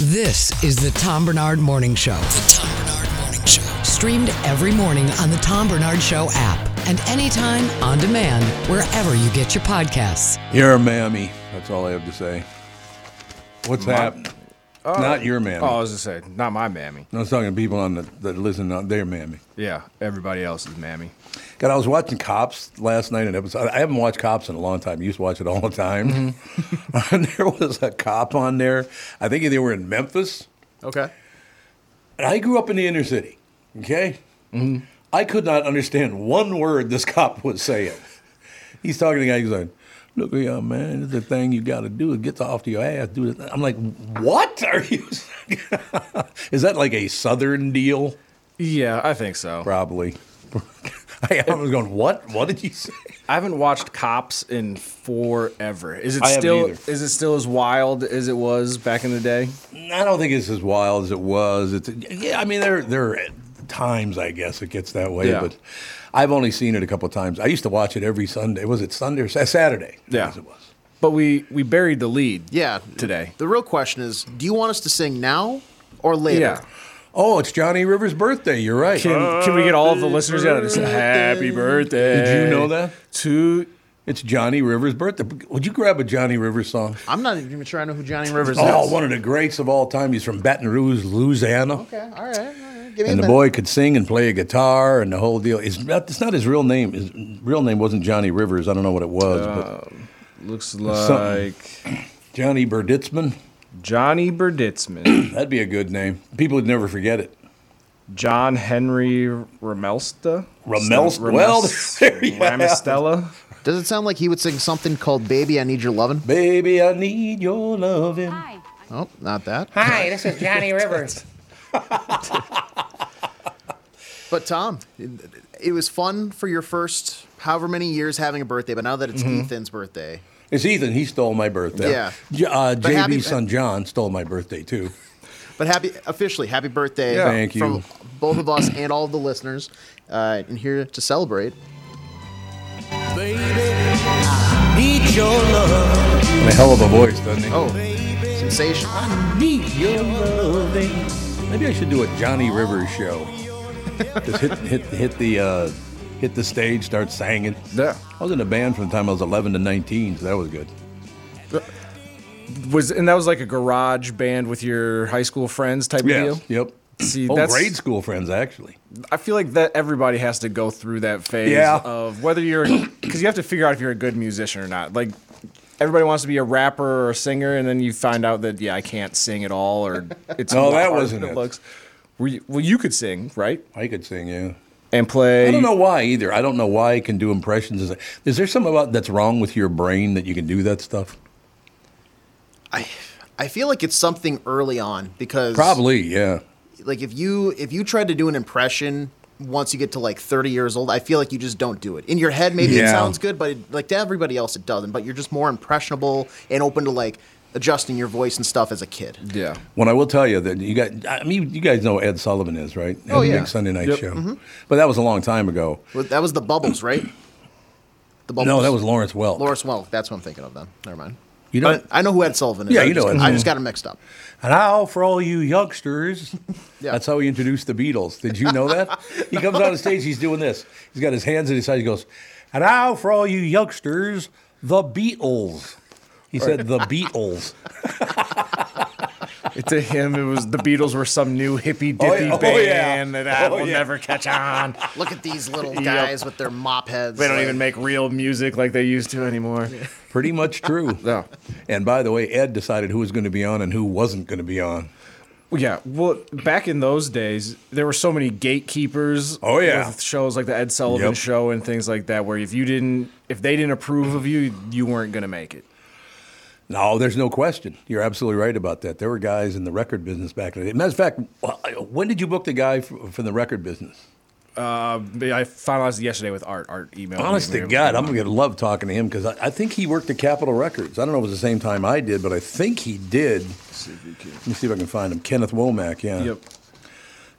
This is the Tom Bernard Morning Show. The Tom Bernard Morning Show. Streamed every morning on the Tom Bernard Show app and anytime on demand wherever you get your podcasts. You're a mammy. That's all I have to say. What's happening? Not your mammy. Oh, I was just saying, not my mammy. I was talking to people on the, that listen on their mammy. Yeah, everybody else's mammy. God, I was watching Cops last night, an episode. I haven't watched Cops in a long time. I used to watch it all the time. and Mm-hmm. there was a cop on there. I think they were in Memphis. Okay. And I grew up in the inner city, okay? I could not understand one word this cop was saying. He's talking to the guy, he's like, Look here, young man, this is the thing you got to do. It gets off to your ass. Do this. I'm like, What are you? is that like a Southern deal? Yeah, I think so. Probably. I I was going, What? What did you say? I haven't watched Cops in forever. Is it I haven't still either. is it still as wild as it was back in the day? I don't think it's as wild as it was. It's yeah. I mean, there there are times I guess it gets that way, Yeah. but I've only seen it a couple of times. I used to watch it every Sunday. Was it Sunday or Sa- Saturday? I Yeah. guess it was. But we we buried the lead. Yeah. Today. The real question is do you want us to sing now or later? Yeah. Oh, it's Johnny Rivers' birthday. You're right. Can, can we get all of the listeners out and say happy birthday? Did you know that? To It's Johnny Rivers' birthday. Would you grab a Johnny Rivers song? I'm not even sure I know who Johnny Rivers Oh, is. one of the greats of all time. He's from Baton Rouge, Louisiana. Okay, all right. All right. Give me And the a minute. boy could sing and play a guitar and the whole deal. It's not, it's not his real name. His real name wasn't Johnny Rivers. I don't know what it was, Oh. but looks like Johnny Berditzman. Johnny Berditzman, That'd be a good name. People would never forget it. John Henry Ramelsta, Ramelst- Ramelst- well, there you have it. Ramestella. Does it sound like he would sing something called Baby I Need Your Lovin'? Baby, I need your loving. Oh, not that. Hi, this is Johnny Rivers. But Tom, it, it was fun for your first however many years having a birthday, but now that it's Mm-hmm. Ethan's birthday. It's Ethan. He stole my birthday. Yeah. J- uh, But JB's happy- son John stole my birthday too. But happy officially, happy birthday Yeah. Thank you. from both of us and all of the listeners. Uh, and here to celebrate. And a hell of a voice, doesn't he? Oh, sensational. need your loving. Maybe I should do a Johnny Rivers show. Just hit hit hit the uh, hit the stage, start singing. Yeah. I was in a band from the time I was 11 to 19, so that was good. Was and that was like a garage band with your high school friends type Yeah. of deal. Yep. See, oh, that's- grade school friends actually. I feel like that everybody has to go through that phase Yeah. of whether you're because you have to figure out if you're a good musician or not. Like everybody wants to be a rapper or a singer, and then you find out that yeah, I can't sing at all, or it's No, a lot that harder wasn't than it. looks. Were you, well, you could sing, right? I could sing, yeah. And play. I don't know why either. I don't know why I can do impressions. Is there something about that's wrong with your brain that you can do that stuff? I I feel like it's something early on because Probably, yeah. like if you if you tried to do an impression once you get to like 30 years old, I feel like you just don't do it. In your head, maybe it Yeah. sounds good, but it, like to everybody else, it doesn't. But you're just more impressionable and open to like adjusting your voice and stuff as a kid. Yeah. When I will tell you that you guys, I mean, you guys know what Ed Sullivan is, right? Had Oh, a yeah. Mm-hmm. big Sunday night Yep. show. But that was a long time ago. Well, That was the bubbles, right? The bubbles. No, that was Lawrence Welk. Lawrence Welk. That's what I'm thinking of. Then never mind. You know, But I know who Ed Sullivan is. Yeah, I you just, know Ed Mm-hmm. I Sullivan. just got him mixed up. And now for all you youngsters, Yeah. that's how he introduced the Beatles. Did you know that? he comes on the stage, he's doing this. He's got his hands at his side. He goes, and now for all you youngsters, the Beatles. He said the Beatles. to him, it was the Beatles were some new hippy Oh, dippy yeah. Oh, yeah. band that Oh, will yeah. never catch on. Look at these little Yep. guys with their mop heads. They don't like- even make real music like they used to anymore. Pretty much true. No. And by the way, Ed decided who was going to be on and who wasn't going to be on. Well, Yeah, well, back in those days, there were so many gatekeepers. Oh, yeah. with shows like the Ed Sullivan Yep. Show and things like that, where if you didn't, if they didn't approve of you, you weren't gonna make it. No, there's no question. You're absolutely right about that. There were guys in the record business back in the day. Matter of fact, when did you book the guy from, from the record business? But I finalized it yesterday with Art. Art emailed. Honest me. to God, I'm going to love talking to him because I, I think he worked at Capitol Records. I don't know if it was the same time I did, but I think he did. Let me see if I can find him. Kenneth Womack, yeah. Yep.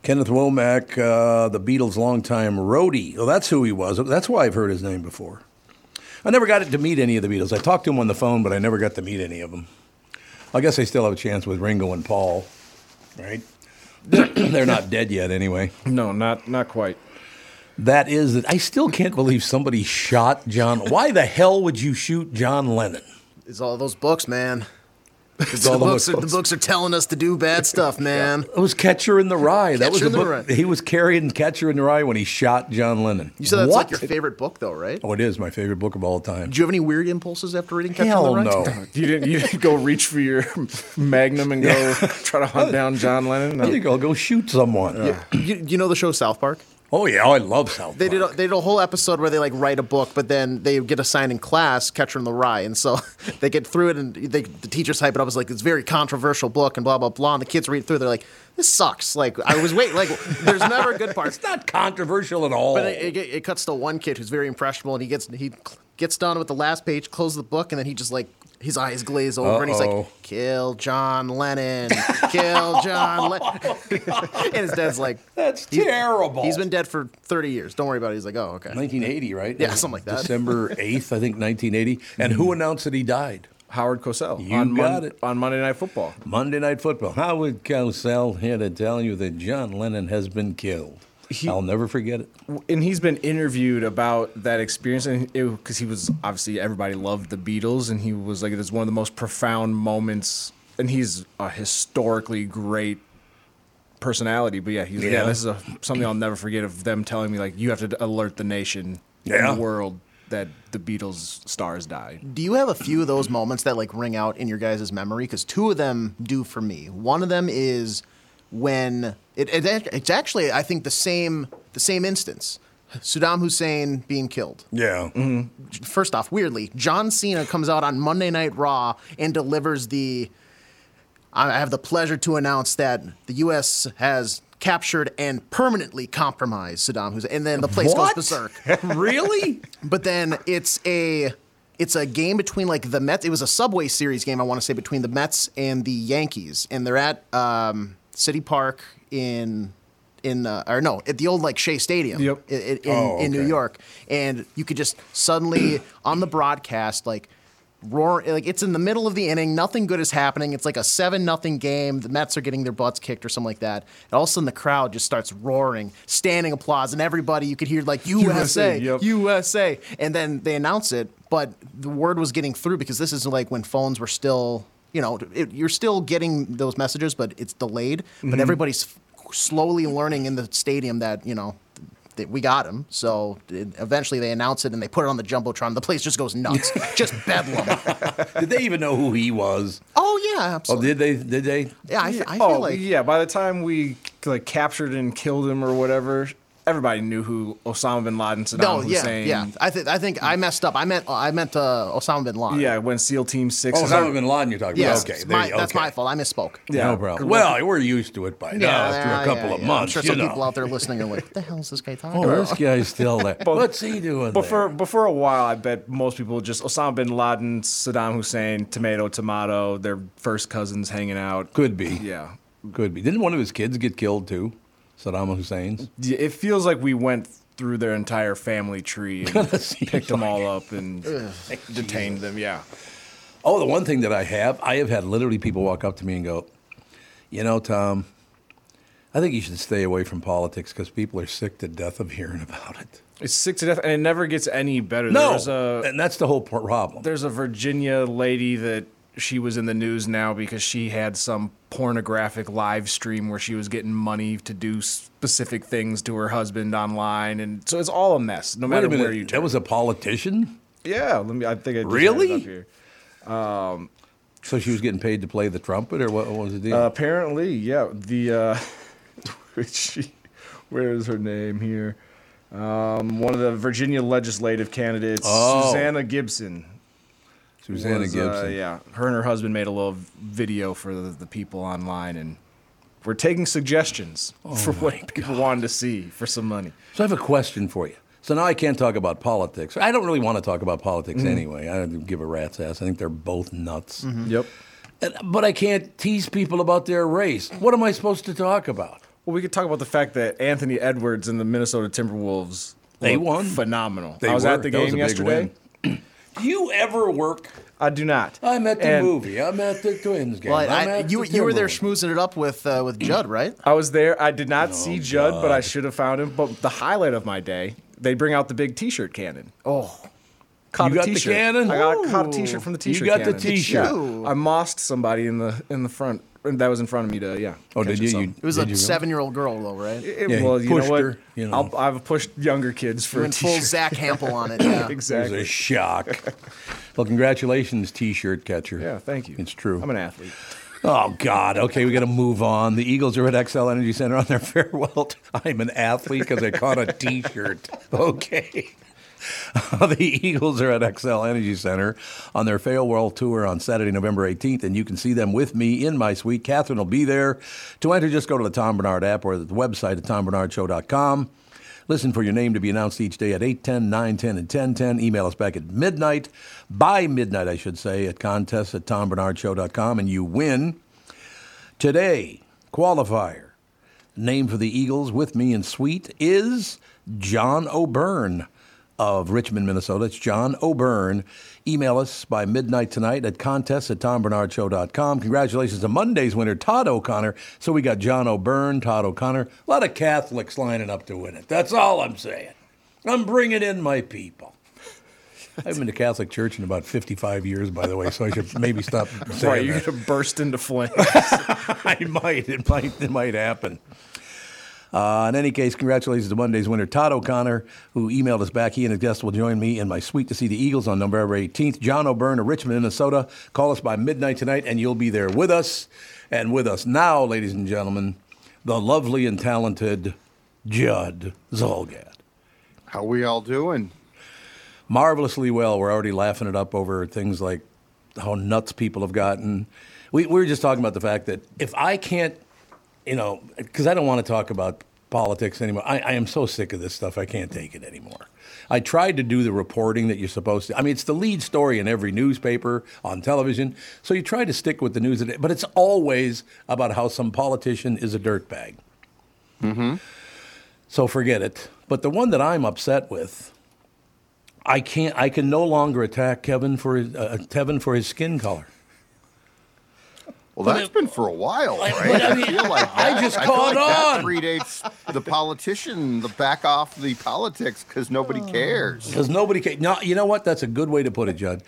Kenneth Womack, uh, the Beatles' longtime roadie. Well, that's who he was. That's why I've heard his name before. I never got to meet any of the Beatles. I talked to him on the phone, but I never got to meet any of them. I guess I still have a chance with Ringo and Paul, right? They're not dead yet, anyway. No, not not quite. That is that. I still can't believe somebody shot John. Why the hell would you shoot John Lennon? It's all those books, man. The all the books, are, the books. books are telling us to do bad stuff, man. It was Catcher in the Rye. that was Catcher the in the book. Rye. He was carrying Catcher in the Rye when he shot John Lennon. You said that's what? like your favorite book, though, right? oh, it is my favorite book of all time. Did you have any weird impulses after reading Catcher Hell in the Rye? no. You didn't. You didn't go reach for your Magnum and go try to hunt down John Lennon. No. I think I'll go shoot someone. You, you know the show South Park? Oh yeah, oh, I love South They did a, Park. they did a whole episode where they like write a book, but then they get assigned in class Catcher in the Rye, and so they get through it, and they, the teachers hype it up as like it's a very controversial book, and blah blah blah. And the kids read through, they're like, "This sucks." Like I was wait, like there's never good parts. It's not controversial at all. But it, it, it cuts to one kid who's very impressionable, and he gets he cl- gets done with the last page, closes the book, and then he just like his eyes glaze over, and he's Uh-oh. like, "Kill John Lennon, kill John Lennon," and his dad's like, That's he's- terrible. He's been dead for thirty years. Don't worry about it. He's like, "Oh, okay." 1980, right? Yeah, something like that. Hmm. December 8th, I think, 1980. And who announced that he died? Howard Cosell You on got it. on Monday Night Football. Monday Night Football. Howard Cosell here to tell you that John Lennon has been killed. I'll never forget it. and he's been interviewed about that experience and because he was obviously everybody loved the Beatles and he was like it was one of the most profound moments and he's a historically great personality but yeah he's yeah, Yeah. yeah this is a, something I'll never forget of them telling me like you have to alert the nation Yeah. and the world that the Beatles stars died Do you have a few of those moments that like ring out in your guys' memory? Because two of them do for me. One of them is when it, it act- it's actually I think the same the same instance. Saddam Hussein being killed. Yeah. First off, weirdly, John Cena comes out on Monday Night Raw and delivers the. I have the pleasure to announce that the U.S. has captured and permanently compromised Saddam Hussein, and then the place What? goes berserk. really? But then it's a it's a game between like the Mets. It was a Subway Series game, I want to say, between the Mets and the Yankees, and they're at um, City Park in in uh, or no, at the old like Shea Stadium Yep. i- i- in, Oh, in New okay. York, and you could just suddenly on the broadcast like. Roar like it's in the middle of the inning, nothing good is happening. It's like a seven nothing game. The Mets are getting their butts kicked or something like that. And all of a sudden the crowd just starts roaring, standing applause, and everybody you could hear like USA, USA, yep. USA. And then they announce it, but the word was getting through because this is like when phones were still, you know, it, you're still getting those messages, but it's delayed. Mm-hmm. But everybody's f- slowly learning in the stadium that, you know, that we got him. So it, eventually they announce it and they put it on the Jumbotron. The place just goes nuts, just bedlam. did they even know who he was? Oh, yeah, Oh, absolutely. did they? Did they? yeah, I, f- I feel oh like. yeah by the time we like captured and killed him or whatever everybody knew who Osama bin Laden Saddam No, Oh, yeah, Hussein yeah. I think I think I messed up. I meant I meant uh, Osama bin Laden. yeah when SEAL Team Six Oh, is out- Osama bin Laden you're talking Yes, about. Okay. there my, you- that's okay. my fault. I misspoke. No Yeah. problem. Well, we're used to it by now after a couple yeah, of yeah. months. I'm sure you some know. people out there listening are like, "What the hell is this guy talking Oh, about?" this guy's still there. What's he doing? But there? for, but for a while, I bet most people just Osama bin Laden, Saddam Hussein, tomato, tomato, their first cousins hanging out. Could be. Yeah. Could be. Didn't one of his kids get killed too? Saddam Hussein's. Yeah, It feels like we went through their entire family tree and Seems picked them all up and detained them. Yeah. Oh, the one thing that I have, I have had literally people walk up to me and go, "You know, Tom, I think you should stay away from politics because people are sick to death of hearing about it." It's sick to death, and it never gets any better. No, There's a, and that's the whole pro- problem. there's a Virginia lady that she was in the news now because she had some pornographic live stream where she was getting money to do specific things to her husband online, and so it's all a mess. No Wait matter a minute. where you that turn. was a politician? yeah, let me. I think I just had it Really? up here. So she was getting paid to play the trumpet, or what, what was the deal? Uh, apparently, yeah. The uh, which she, where is her name here? Um, one of the Virginia legislative candidates, Oh. Susanna Gibson. Susanna was, uh, Gibson. yeah, her and her husband made a little video for the, the people online, and we're taking suggestions Oh for what people wanted to see for some money. So I have a question for you. So now I can't talk about politics. I don't really want to talk about politics anyway. I don't give a rat's ass. I think they're both nuts. Yep. And- but I can't tease people about their race. What am I supposed to talk about? Well, we could talk about the fact that Anthony Edwards and the Minnesota Timberwolves They looked won. phenomenal. They I was were. at the That was game a big yesterday. win. Do you ever work? I do not. I'm at the And- movie. I'm at the Twins game. Well, I, I'm I, at you the you were there Timberwolves. schmoozing it up with uh, with Judd, right? I was there. I did Oh, not see Judd, but I should have found him. But the highlight of my day, they bring out the big T-shirt cannon. Oh, caught You a got the t-shirt. cannon? I got, Ooh. caught a T-shirt from the You T-shirt. got the cannon. T-shirt. Yeah. I mossed somebody in the in the front that was in front of me to yeah. Oh, catch did you? something. you It was did a you really? seven-year-old girl, though, right? It- Yeah, he well, you know pushed what? her, you know. I'll, I've pushed younger kids for a Went full T-shirt. Zach Hampel on it. Yeah. It was exactly. a shock. well, congratulations, T-shirt catcher. Yeah, thank you. It's true. I'm an athlete. Oh God! Okay, we got to move on. The Eagles are at XL Energy Center on their farewell. t- I'm an athlete because I caught a T-shirt. Okay. the Eagles are at XL Energy Center on their farewell tour on Saturday, November 18th, and you can see them with me in my suite. Catherine will be there. To enter, just go to the Tom Bernard app or the website at tombernardshow.com. Listen for your name to be announced each day at 810, 910, and 1010. Email us back at midnight, by midnight, I should say, at contests at tombernardshow.com, and you win. Today, qualifier, name for the Eagles with me in suite is John O'Byrne of Richmond, Minnesota. It's John O'Byrne. Email us by midnight tonight at contest at tombernardshow.com. Congratulations to Monday's winner, Todd O'Connor. So we got John O'Byrne, Todd O'Connor. A lot of Catholics lining up to win it. That's all I'm saying. I'm bringing in my people. I haven't been to Catholic Church in about 55 years, by the way, so I should maybe stop saying Right, you're that. gonna burst into flames. I might. It might. It might happen. Uh, in any case, congratulations to Monday's winner, Todd O'Connor, who emailed us back. He and his guest will join me in my suite to see the Eagles on November 18th. John O'Byrne of Richmond, Minnesota. Call us by midnight tonight, and you'll be there with us. And with us now, ladies and gentlemen, the lovely and talented Judd Zolgad. How we all doing? marvelously well. We're already laughing it up over things like how nuts people have gotten. We, we were just talking about the fact that if I can't, you know, because I don't want to talk about politics anymore. I, I am so sick of this stuff. I can't take it anymore. I tried to do the reporting that you're supposed to. I mean, it's the lead story in every newspaper, on television. So you try to stick with the news, that- but it's always about how some politician is a dirtbag. So forget it. But the one that I'm upset with, I can't. I can no longer attack Kevin for his, uh, Tevin for his skin color. Well, that's been for a while, right? but I mean, feel like I that- just feel caught That on. predates the politician, the back off the politics because nobody cares. Because nobody can. No, you know what? That's a good way to put it, Judd.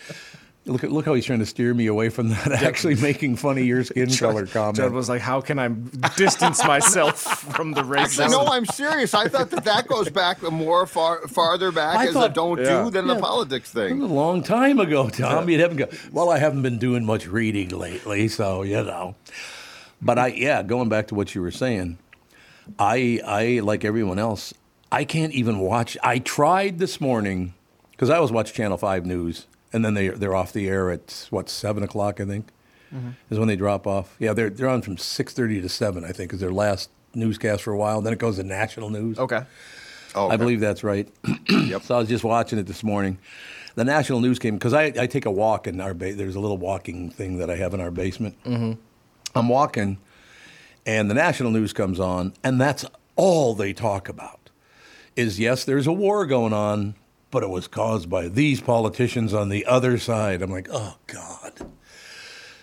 Look, at- look how he's trying to steer me away from that. Actually, making fun of your skin color comment. Judd was like, "How can I distance myself from the race?" No, I'm serious. I thought that that goes back more far farther back I as thought- a don't yeah. do than the politics That was thing. a long time ago, Tom. You'd haven't go, well, I haven't been doing much reading lately, so you know. But I, yeah, going back to what you were saying, I, I like everyone else, I can't even watch. I tried this morning because I always watch Channel Five News, and then they they're off the air at what seven o'clock, I think, is when they drop off. Yeah, they're they're on from six thirty to seven, I think, is their last newscast for a while. Then it goes to national news. Okay. Oh, I believe that's right. So I was just watching it this morning. The national news came because I, I take a walk in our ba- there's a little walking thing that I have in our basement. Mm-hmm. I'm walking, and the national news comes on, and that's all they talk about. Is yes, there's a war going on, but it was caused by these politicians on the other side. I'm like, oh god.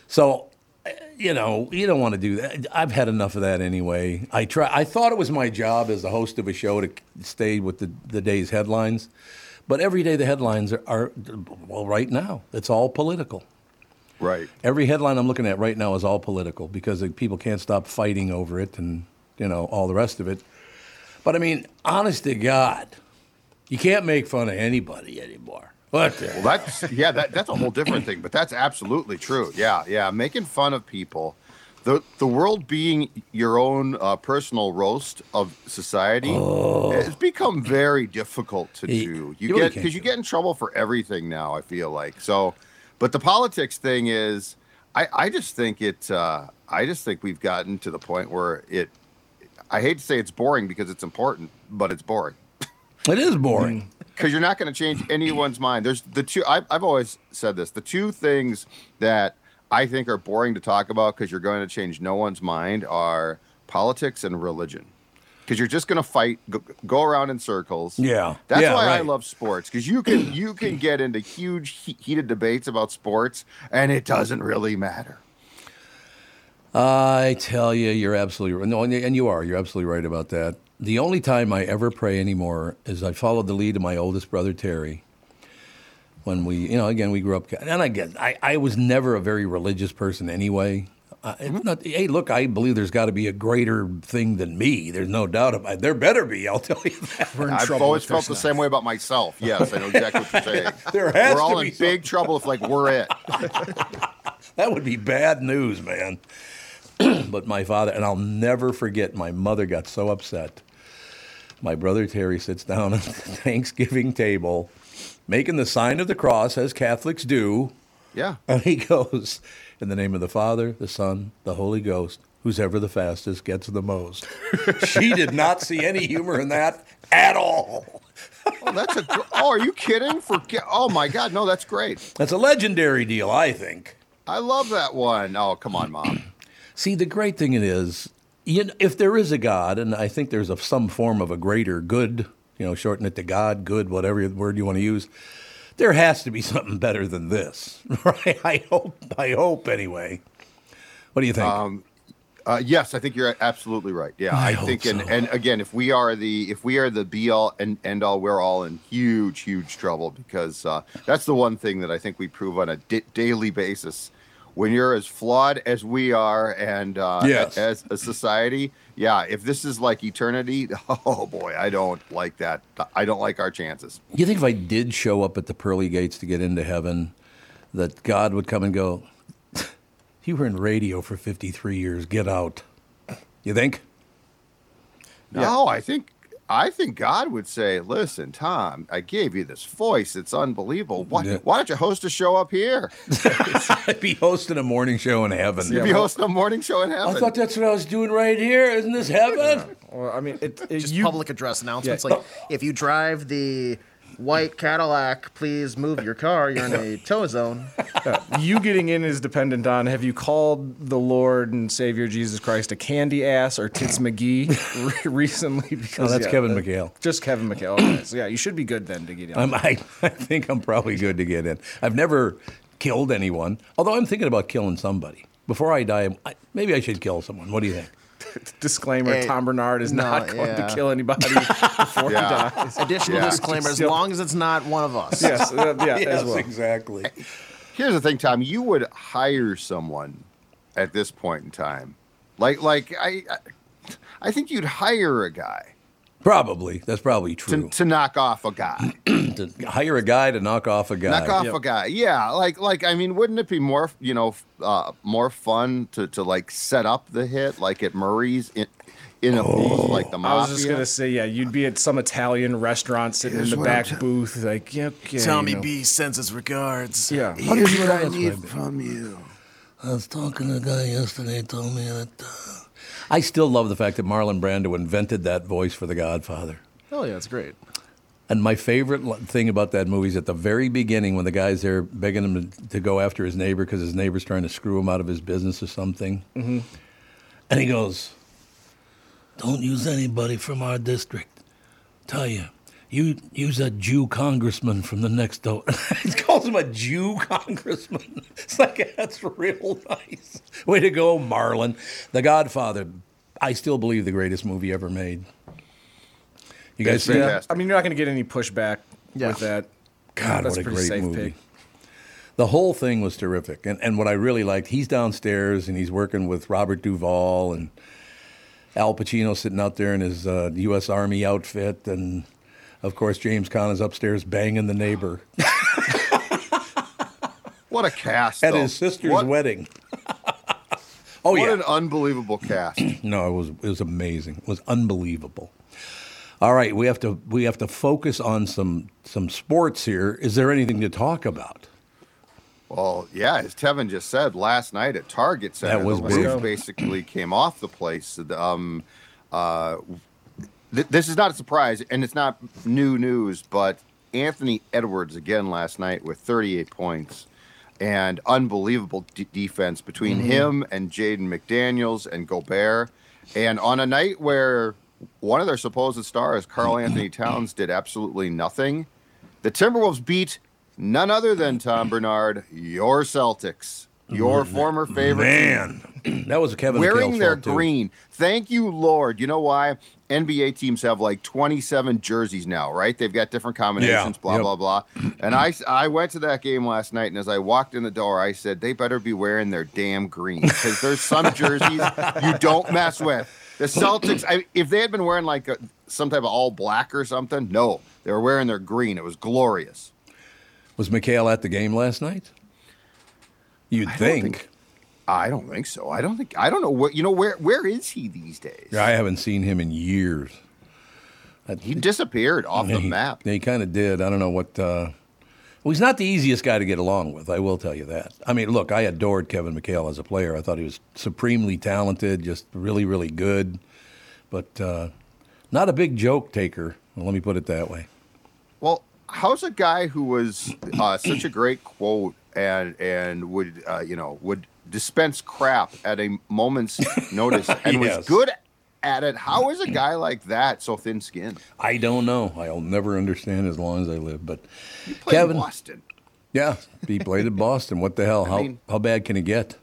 So, uh, you know, you don't want to do that. I've had enough of that anyway. I try. I thought it was my job as the host of a show to stay with the, the day's headlines, but every day the headlines are, are well right now. It's all political. Right. Every headline I'm looking at right now is all political because the people can't stop fighting over it and you know all the rest of it. But I mean, honest to God, you can't make fun of anybody anymore. What the? Well, that's yeah, that, that's a whole different thing, but that's absolutely true. Yeah, yeah, making fun of people, the the world being your own uh, personal roast of society, has become very difficult to Yeah, do. Oh. you You really get can't because you do it. get in trouble for everything now. I feel like so, but the politics thing is, I I just think it. Uh, I just think we've gotten to the point where it. I hate to say it's boring because it's important, but it's boring it is boring. because you're not going to change anyone's mind. There's the two. I've, I've always said this. The two things that I think are boring to talk about because you're going to change no one's mind are politics and religion. Because you're just going to fight, go, go around in circles. Yeah. that's Yeah, why I right. love sports because you can you can get into huge he- heated debates about sports and it doesn't really matter. I tell you, you're absolutely right. No, and, and you are. You're absolutely right about that. The only time I ever pray anymore is I followed the lead of my oldest brother Terry. When we, you know, again, we grew up, and I guess I, I was never a very religious person anyway. Uh, it's not, hey, look, I believe there's got to be a greater thing than me. There's no doubt about it. There better be, I'll tell you that. We're in I've trouble always if felt there's the not. same way about myself. Yes, I know exactly what you're saying. There has we're all to in be big trouble if like we're it. That would be bad news, man. but my father, and I'll never forget, my mother got so upset. My brother Terry sits down at the Thanksgiving table, making the sign of the cross, as Catholics do. Yeah. And he goes, In the name of the Father, the Son, the Holy Ghost, who's ever the fastest gets the most. she did not see any humor in that at all. Oh, that's a. gr- Oh, are you kidding? For oh my god, no, that's great. That's a legendary deal, I think. I love that one. Oh, come on, mom. See, the great thing it is, you know, if there is a God, and I think there's a, some form of a greater good, you know, shorten it to God, good, whatever word you want to use, there has to be something better than this, right? I hope. I hope anyway. What do you think? Uh, yes, I think you're absolutely right. Yeah, I I, hope think, and, so. and again, if we are the if we are the be all and end all, we're all in huge, huge trouble because uh, that's the one thing that I think we prove on a di- daily basis. When you're as flawed as we are, and uh, Yes. as a society, yeah, if this is like eternity, oh boy, I don't like that. I don't like our chances. you think if I did show up at the pearly gates to get into heaven, that God would come and go? You were in radio for 53 years. Get out. You think? No, I think I think God would say, "Listen, Tom, I gave you this voice. It's unbelievable. Why, Yeah. why don't you host a show up here? I'd be hosting a morning show in heaven. You'd be hosting a morning show in heaven." I thought that's what I was doing right here. Isn't this heaven? Well, I mean, it, it- Just you- public address announcements Yeah. like if you drive the white Cadillac, please move your car. You're in a tow zone. you getting in is dependent on have you called the Lord and Savior Jesus Christ a candy ass or Tits McGee re- recently? Because Oh, that's Kevin that- McHale. Just Kevin McHale. Okay, so yeah, you should be good then to get in. I'm, I, I think I'm probably good to get in. I've never killed anyone, although I'm thinking about killing somebody. Before I die, I, maybe I should kill someone. What do you think? Disclaimer: Eh, Tom Bernard is no, not going yeah. to kill anybody before Yeah. he dies. Additional Yeah. disclaimer: as long as it's not one of us. Yes, uh, yeah, as well. exactly. Here's the thing, Tom. You would hire someone at this point in time, like like I, I- I think you'd hire a guy Probably. That's probably to, true. to knock off a guy. to hire a guy to knock off a guy. knock off a guy. Yeah, like like I mean, wouldn't it be more you know f- uh, more fun to to like set up the hit like at Murray's in in Oh. a booth like the I mafia? was just gonna say, yeah, you'd be at some Italian restaurant sitting in the what I'm back saying. booth, like, yeah, okay, you know. sends his regards. Yeah, Here's what I need from you. I was talking to a guy yesterday. Told me that. Uh, I still love the fact that Marlon Brando invented that voice for The Godfather. Oh yeah, it's great. And my favorite lo- thing about that movie is at the very beginning when the guy's there begging him to, to go after his neighbor because his neighbor's trying to screw him out of his business or something. Mm-hmm. And he goes, Don't use anybody from our district. Tell you, you use a Jew congressman from the next door. he calls him a Jew congressman. It's like, that's real nice. Way to go, Marlon. The Godfather, I still believe the greatest movie ever made. You guys It's see that? I mean, you're not gonna get any pushback Yeah. with that. God, That's what a a pretty great safe movie. pick. The whole thing was terrific. And, and what I really liked, he's downstairs and he's working with Robert Duvall and Al Pacino sitting out there in his uh, U.S. Army outfit. And of course, James Conn is upstairs banging the neighbor What a cast! at though. his sister's What- wedding. oh, What yeah. an unbelievable cast. No, it was it was amazing. It was unbelievable. All right, we have to we have to focus on some some sports here. Is there anything to talk about? Well, yeah, as Tevin just said, last night at Target Center, was the big. roof basically came off the place. The, Um, uh, th- this is not a surprise, and it's not new news, but Anthony Edwards again last night with 38 points and unbelievable d- defense between him and Jaden McDaniels and Gobert. And on a night where one of their supposed stars, Carl Anthony Towns, did absolutely nothing, the Timberwolves beat none other than Tom Bernard, your Celtics, your former favorite team Man, that was Kevin. wearing McHale's their fault, too. green. Thank you, Lord. You know why? NBA teams have like 27 jerseys now, right? They've got different combinations, Yeah. blah, Yep. blah, blah. And I, I went to that game last night, and as I walked in the door, I said, they better be wearing their damn green because there's some jerseys you don't mess with. The Celtics, I, if they had been wearing like a, some type of all black or something, no, they were wearing their green. It was glorious. Was McHale at the game last night? You'd don't think. think- I don't think so. I don't think I don't know where you know where where is he these days? I haven't seen him in years. He disappeared off the he, map. He kind of did. I don't know what. Uh, well, he's not the easiest guy to get along with. I will tell you that. I mean, look, I adored Kevin McHale as a player. I thought he was supremely talented, just really, really good, but uh, not a big joke taker. Well, let me put it that way. Well, how's a guy who was uh, such a great quote and and would uh, you know would dispense crap at a moment's notice and Yes. was good at it? How is a guy like that so thin-skinned? I don't know. I'll never understand as long as I live. But Played Kevin, Boston, yeah, he played at Boston. What the hell? How mean- how bad can it get?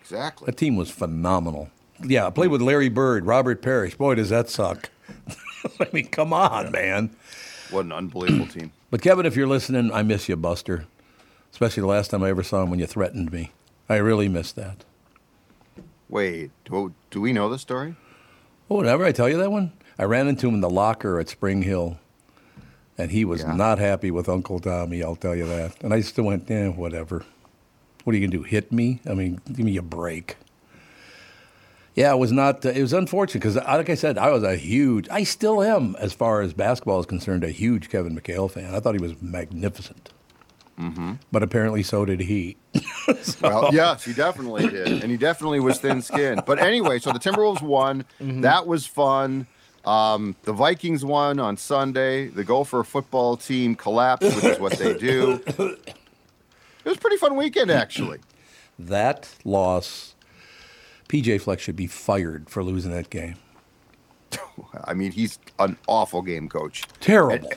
exactly. That team was phenomenal. Yeah, I played with Larry Bird, Robert Parrish. Boy, does that suck. I mean, come on, man. What an unbelievable team. But Kevin, if you're listening, I miss you, Buster. Especially the last time I ever saw him when you threatened me. I really miss that. Wait, do, do we know the story? Oh, whatever. I tell you that one. I ran into him in the locker at Spring Hill, and he was Yeah. not happy with Uncle Tommy. I'll tell you that. And I still went, eh, whatever. What are you gonna do? Hit me? I mean, give me a break. Yeah, it was not. Uh, it was unfortunate because, like I said, I was a huge. I still am, as far as basketball is concerned, a huge Kevin McHale fan. I thought he was magnificent. But apparently, so did he. Well, yes, he definitely did, and he definitely was thin-skinned. But anyway, so the Timberwolves won. Mm-hmm. That was fun. Um, the Vikings won on Sunday. The Gopher football team collapsed, which is what they do. It was a pretty fun weekend, actually. That loss, PJ Fleck should be fired for losing that game. I mean, he's an awful game coach, Terrible.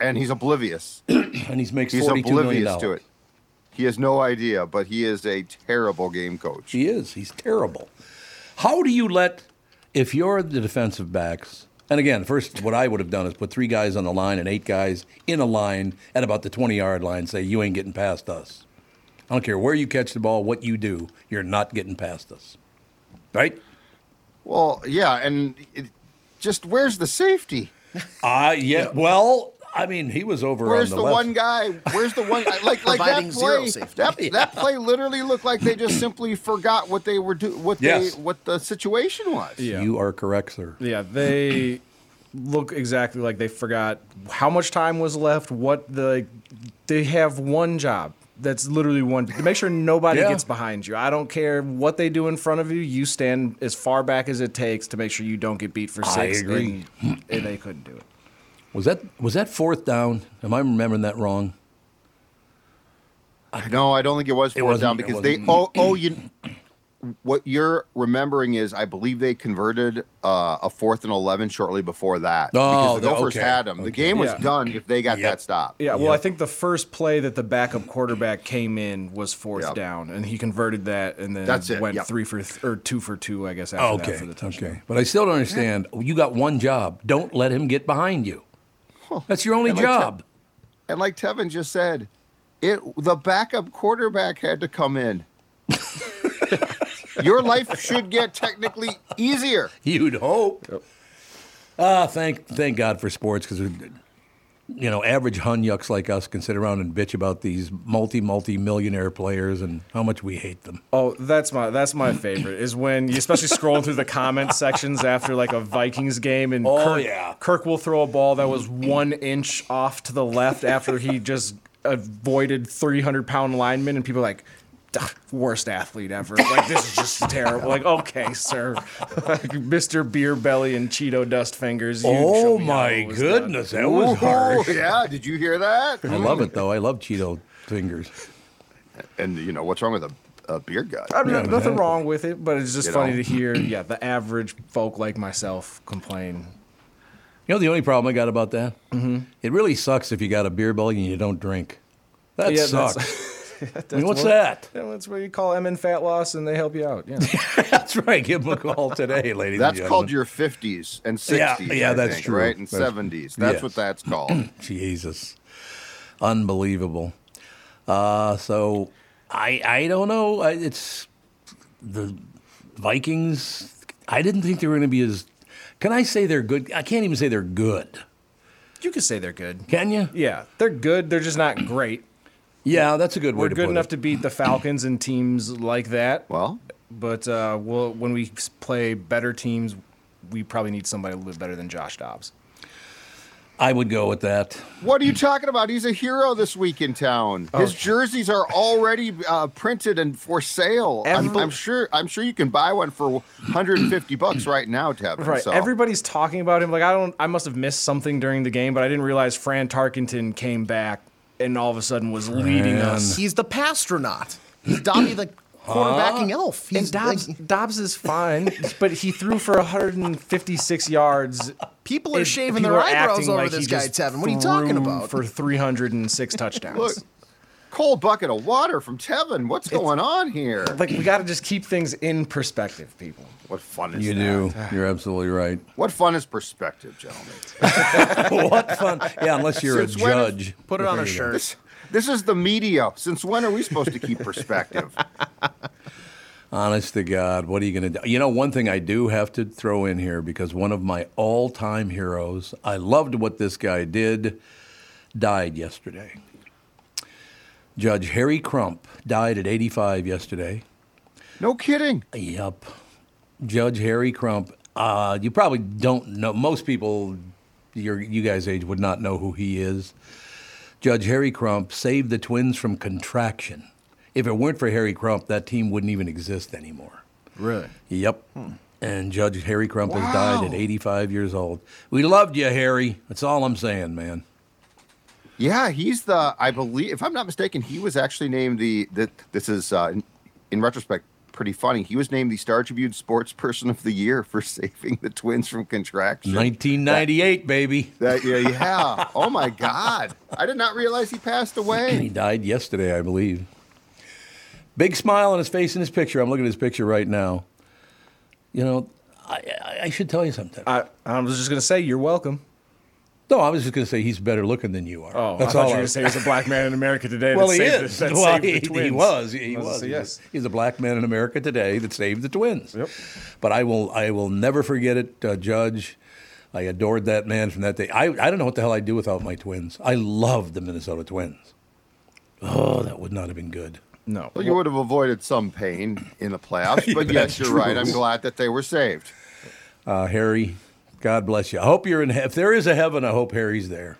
and he's oblivious. And he's makes He's forty-two million oblivious dollars. to it. He has no idea, but he is a terrible game coach. He is. He's terrible. How do you let, if you're the defensive backs, and again, first, what I would have done is put three guys on the line and eight guys in a line at about the 20 yard line, say, you ain't getting past us. I don't care where you catch the ball, what you do, you're not getting past us. Right? Well, yeah, and it, just where's the safety? Uh, yeah. Well, I mean, he was over Where's on the, the, left. one guy? Where's the one? Like like Providing that zero play. safety. That, that play literally looked like they just simply forgot what they were do what Yes. they what the situation was. Yeah. You are correct, sir. Yeah, they look exactly like they forgot how much time was left. What the they have one job. That's literally one to make sure nobody Yeah. gets behind you. I don't care what they do in front of you. You stand as far back as it takes to make sure you don't get beat for I six. agree. and- and they couldn't do it. Was that was that fourth down? Am I remembering that wrong? No, I don't think it was fourth wasn't- down it because they oh wasn't. oh you. What you're remembering is, I believe they converted uh, a fourth and eleven shortly before that Oh, because the the- Gophers okay, had them. The game was Yeah. done if they got Yep. that stop. Yeah, well, I think the first play that the backup quarterback came in was fourth Yep. down, and he converted that, and then That's it, went yep. three for th- or two for two, I guess. After Oh, Okay. that for the touchdown. okay. But I still don't understand. You got one job. Don't let him get behind you. That's your only I like that. job. And like Tevin just said, It the backup quarterback had to come in. Your life should get technically easier. You'd hope. Ah, thank thank God for sports because, you know, average hunyucks like us can sit around and bitch about these multi multi millionaire players and how much we hate them. Oh, that's my that's my favorite is when you especially scrolling through the comment sections after like a Vikings game and Oh, Kirk, yeah. Kirk will throw a ball that was one inch off to the left after he just avoided three hundred pound linemen and people are like "Duh, worst athlete ever like this is just terrible like okay sir like, Mr Beer Belly and Cheeto Dust Fingers you Oh showed me how my it was done. goodness, that was Oh harsh. yeah, did you hear that? I love it though. I love Cheeto fingers. And you know what's wrong with a, a beard guy? I mean, Yeah, nothing exactly. wrong with it, but it's just You funny to know? hear, yeah, the average folk like myself complain. You know the only problem I got about that? Mm-hmm. It really sucks if you got a beer belly and you don't drink. That Yeah, that's- sucks. I mean, what's that? Yeah, that's where you call MN Fat Loss and they help you out. Yeah. That's right. Give them a call today, ladies. That's and called gentlemen. your 50s and 60s. Yeah, yeah, I that's think, true. Right, and That's- 70s. That's yes. what that's called. Jesus, unbelievable. Uh, so I I don't know. I, it's the Vikings. I didn't think they were going to be as. Can I say they're good? I can't even say they're good. you could say they're good. Can you? Yeah, they're good. They're just not great. Yeah, that's a good way We're to good put enough it. to beat the Falcons and teams like that. Well, But uh, we'll, when we s- play better teams, we probably need somebody a little better than Josh Dobbs. I would go with that. what are you talking about? He's a hero this week in town. His jerseys are already uh, printed and for sale. I'm, Every- I'm sure. I'm sure you can buy one for 150 bucks right now, Tevin. Right. So. Everybody's talking about him. Like I don't. I must have missed something during the game, but I didn't realize Fran Tarkenton came back and all of a sudden was leading us. He's the pastronaut. He's Dobby the quarterbacking elf. He's And Dobbs, like, Dobbs is fine, but he threw for 156 yards. people are Is- shaving people their are eyebrows acting over like he this guy, just Tevin. What are you talking threw about? For 306 touchdowns. Look, cold bucket of water from Tevin. What's going on here? Like we got to just keep things in perspective, people. What fun is You that? do. You're absolutely right. What fun is perspective, gentlemen? what fun? Yeah, unless you're a Since when is- judge. Put it on a There you go. shirt. This, this is the media. Since when are we supposed to keep perspective? Honest to God, what are you going to do? You know, one thing I do have to throw in here because one of my all time heroes, I loved what this guy did, died yesterday. Judge Harry Crump died at 85 yesterday. No kidding. Yep. Judge Harry Crump. Uh, you probably don't know. Most people your you guys' age would not know who he is. Judge Harry Crump saved the twins from contraction. If it weren't for Harry Crump, that team wouldn't even exist anymore. Really? Yep. And Judge Harry Crump has died at 85 years old. We loved you, Harry. That's all I'm saying, man. Yeah, he's the I believe if I'm not mistaken, he was actually named the, the this is uh, in, in retrospect pretty funny. He was named the Star Tribune Sports Person of the Year for saving the twins from contraction. 1998, baby. That yeah, yeah. oh my god. I did not realize he passed He away. died yesterday, I believe. Big smile on his face in his picture. I'm looking at his picture right now. You know, I, I, I should tell you something. I, I was just gonna say you're welcome. no, I was just going to say he's better looking than you are. Oh, That's I thought all you were I gonna was- say there's a black man in America today. Well, that he saved is. The, that Well, saved he, the he twins. was. He, he I was. gonna say He's a- yes. He's a black man in America today that saved the twins. Yep. But I will. I will never forget it, uh, Judge. I adored that man from that day. I, I don't know what the hell I'd do without my twins. I love the Minnesota Twins. Oh, that would not have been good. No. Well, you would have avoided some pain in the playoffs, but yes, That's you're true. right. I'm glad that they were saved. Uh, Harry, God bless you. I hope you're in. he- If there is a heaven, I hope Harry's there.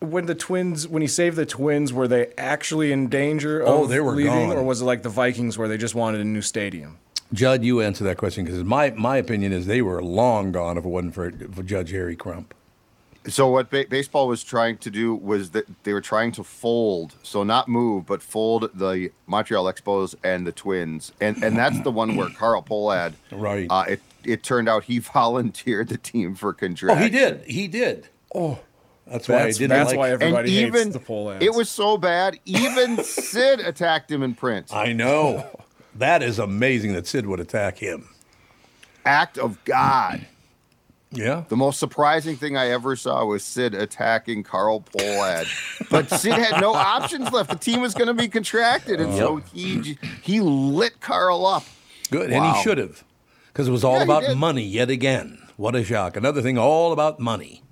when the twins when he saved the twins were they actually in danger of Oh, they were leaving gone. or was it like the vikings where they just wanted a new stadium Judd, you answer that question because my my opinion is they were long gone if it wasn't for, for Judge Harry Crump. So what ba- baseball was trying to do was that they were trying to fold, so not move, but fold the Montreal Expos and the Twins, and and that's the one where Carl Polad, Right. Uh, it it turned out he volunteered the team for Oh, contract. he did. He did. Oh, that's why That's- I didn't that's like. why I, every- And Everybody hates even the Polads. it was so bad, even Sid attacked him in print. know. that is amazing that Sid would attack him. Act of God. Yeah. The most surprising thing I ever saw was Sid attacking Carl Polad, but Sid had no options left. The team was going to be contracted, and so he j- he lit Carl up. Good, and Wow. he should have, because it was all Yeah, he about did. money yet again. What a shock! Another thing, all about money.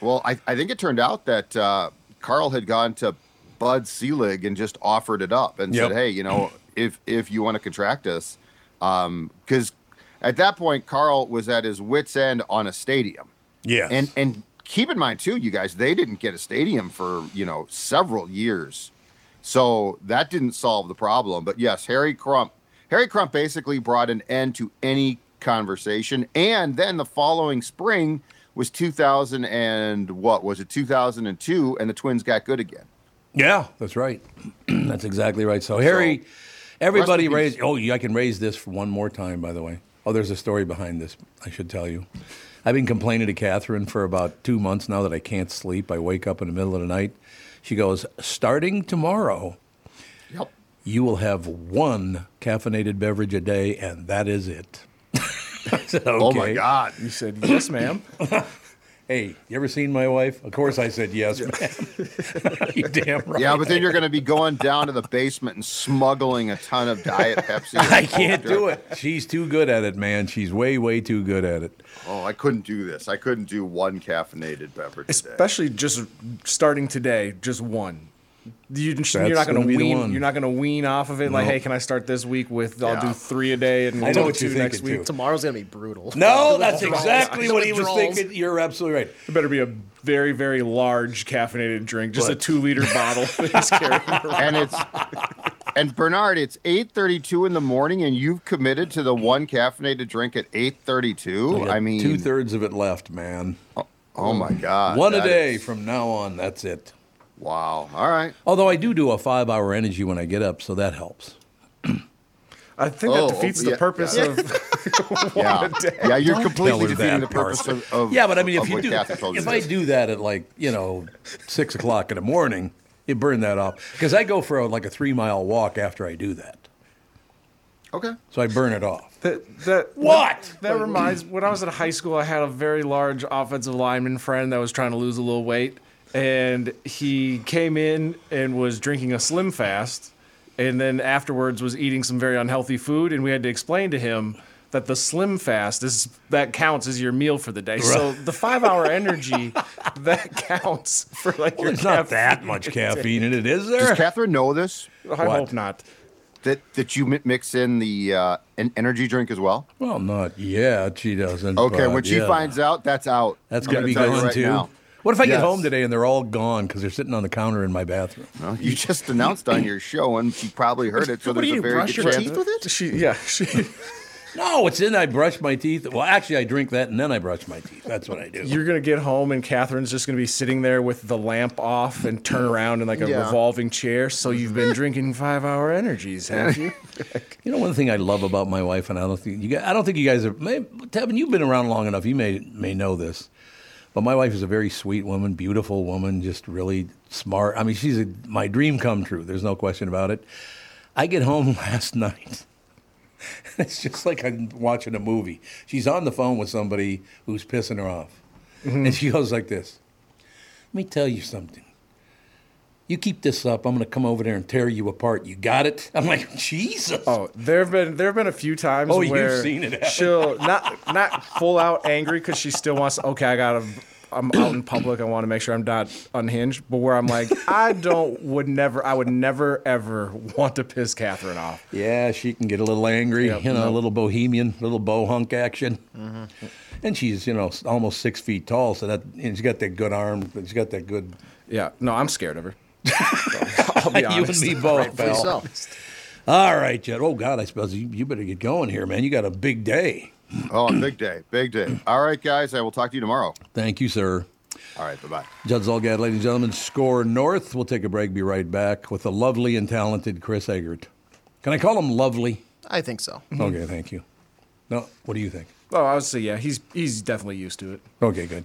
Well, I, I think it turned out that uh, Carl had gone to Bud Selig and just offered it up and Yep. said, "Hey, you know, if if you want to contract us, because at that point Carl was at his wits' end on a stadium, Yeah, and and keep in mind too, you guys, they didn't get a stadium for you know several years, so that didn't solve the problem. But yes, Harry Crump, Harry Crump basically brought an end to any conversation, and then the following spring was 2000 and what was it 2002 and the twins got good again yeah, that's right. that's exactly right. So Harry, everybody rest raise. in Oh, yeah, I can raise this for one more time. By the way, oh, there's a story behind this. I should tell you. I've been complaining to Catherine for about two months now that I can't sleep. I wake up in the middle of the night. She goes, starting tomorrow, Oh, yep you will have one caffeinated beverage a day, and that is it. I said, oh my "Okay." god You said, yes, ma'am. Hey, you ever seen my wife? Of course I said yes, man. you damn right. yeah but then you're going to be going down to the basement and smuggling a ton of diet pepsi I can't do it. She's too good at it, man. She's way, way too good at it. Oh, I couldn't do this. I couldn't do one caffeinated beverage a day. Especially just starting today, just one. You, are That's not going gonna to be the wean. one. You're not going to wean off of it. Like, hey, can I start this week with? I'll Yeah. do three a day, and I know do what you're two next thinking, week. too. Tomorrow's gonna be brutal. No, The that's withdrawals. exactly The what he was withdrawals. thinking. You're absolutely right. It better be a very, very large caffeinated drink, just a But- two-liter bottle. that he's carrying around. And it's and Bernard, it's eight thirty-two in the morning, and you've committed to the one caffeinated drink at eight thirty-two. I mean, two thirds of it left, man. oh my god, One a that day is- from now on. That's it. wow. All right. Although I do do a five hour energy when I get up, so that helps. I think Oh, that defeats yeah, the purpose yeah. of one Yeah, a day. yeah, you're Don't completely tell her defeating that the purpose part. of, of yeah, but I mean, of if you what do, Catherine told you if I to do that at like you know six o'clock in the morning, you burn that off because I go for a, like a three mile walk after I do that, okay, so I burn it off. That, that What? That, that reminds. When I was in high school, I had a very large offensive lineman friend that was trying to lose a little weight, and he came in and was drinking a Slim Fast, and then afterwards was eating some very unhealthy food, and we had to explain to him that the Slim Fast is that counts as your meal for the day. So the five-hour energy that counts for like your. There's not that caffeine. much caffeine in it, is does there? Catherine know this I hope not. that that you mi- mix in the uh, an energy drink as well? well, not yet. She doesn't. Okay, but when she Uh, yeah. finds out, that's out. that's I'm going to be tell you gone right too. now. What if I get Yes. home today and they're all gone because they're sitting on the counter in my bathroom? Well, you just announced on your show, and she probably heard it. So What do there's you a very brush good your chance. teeth with it? She, yeah, she. No, it's in. I brush my teeth. Well, actually, I drink that and then I brush my teeth. That's what I do. You're gonna get home and Catherine's just gonna be sitting there with the lamp off and turn around in like a Yeah. revolving chair. So you've been drinking five hour energies, have you? You know, one thing I love about my wife, and I don't think you guys, I don't think you guys are. May, Tevin, you've been around long enough. You may may know this, but my wife is a very sweet woman, beautiful woman, just really smart. I mean, she's a, my dream come true. There's no question about it. I get home last night. It's just like I'm watching a movie. She's on the phone with somebody who's pissing her off, and she goes like this. Let me tell you something. You keep this up, I'm gonna come over there and tear you apart. You got it? I'm like, Jesus. Oh, there have been there have been a few times Oh, you've where seen it, Alex. she'll not not full out angry because she still wants. Okay, I gotta. I'm out in public. I want to make sure I'm not unhinged. But where I'm like, I don't would never. I would never ever want to piss Catherine off. Yeah, she can get a little angry, Yep, you know, a yep. little bohemian, little bohunk action. And she's, you know, s- almost six feet tall, so that and she's got that good arm. She's got that good. Yeah. No, I'm scared of her. I'll be you and honest. me both, For pal. yourself. All right, Jed. Oh God, I suppose you, you better get going here, man. You got a big day. Oh, big day, big day. All right, guys, I will talk to you tomorrow. Thank you, sir. All right, bye bye. Judd Zolgad, ladies and gentlemen, score north. We'll take a break. Be right back with the lovely and talented Chris Eggert. Can I call him lovely? I think so. Mm-hmm. Okay, thank you. No, what do you think? Oh, I would say yeah. He's he's definitely used to it. Okay, good.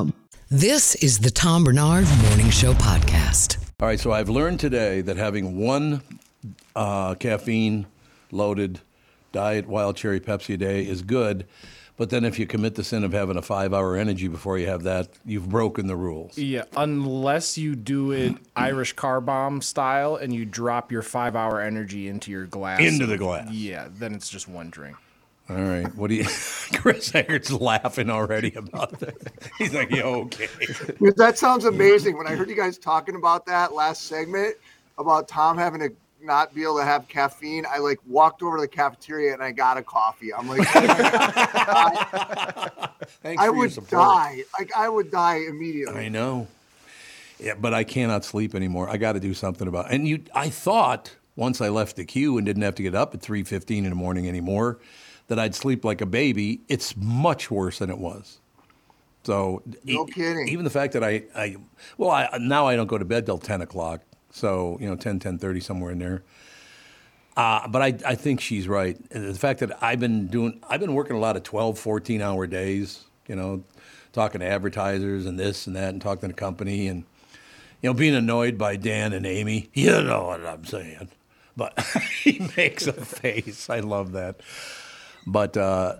This is the Tom Bernard Morning Show Podcast. All right, so I've learned today that having one uh, caffeine loaded diet wild cherry Pepsi a day is good, but then if you commit the sin of having a five hour energy before you have that, you've broken the rules. Yeah, unless you do it Irish car bomb style and you drop your five hour energy into your glass. Into the glass. Yeah, then it's just one drink. All right, what do you? Chris Eggers laughing already about that. He's like, "Yo, okay." Dude, that sounds amazing. When I heard you guys talking about that last segment about Tom having to not be able to have caffeine, I like walked over to the cafeteria and I got a coffee. I'm like, Thanks I for your would support. die. Like I would die immediately. I know. Yeah, but I cannot sleep anymore. I got to do something about. It. And you, I thought once I left the queue and didn't have to get up at three fifteen in the morning anymore, that I'd sleep like a baby. It's much worse than it was. So No e- kidding. Even the fact that I, I well, I, now I don't go to bed till ten o'clock. So you know, 10, 10.30, somewhere in there. Uh, but I, I think she's right. And The fact that I've been doing, I've been working a lot of 12, 14 hour days, you know, talking to advertisers and this and that and talking to the company and, you know, being annoyed by Dan and Amy. You know what I'm saying. But he makes a face. I love that. But uh,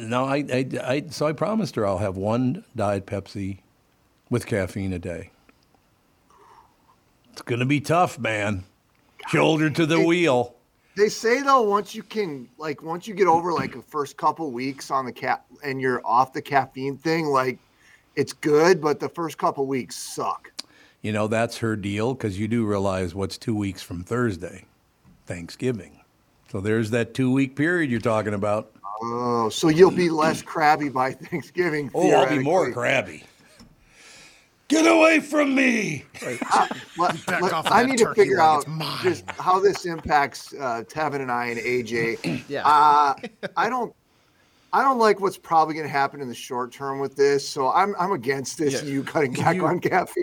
no, I, I, I, so I promised her I'll have one Diet Pepsi with caffeine a day. It's going to be tough, man. Shoulder to the wheel. They say though, once you can, like, once you get over like the first couple weeks on the cat and you're off the caffeine thing, like, it's good, but the first couple weeks suck. You know, that's her deal because you do realize what's two weeks from Thursday, Thanksgiving. So there's that two week period you're talking about. Oh, so you'll be less crabby by Thanksgiving. Oh, I'll be more theoretically. crabby. Get away from me. Let- Back let- off of I that need to turkey figure like out it's mine. just how this impacts uh, Tevin and I and AJ. Yeah. Uh, I don't. I don't like what's probably going to happen in the short term with this, so I'm I'm against this. Yeah. You cutting back you- on caffeine.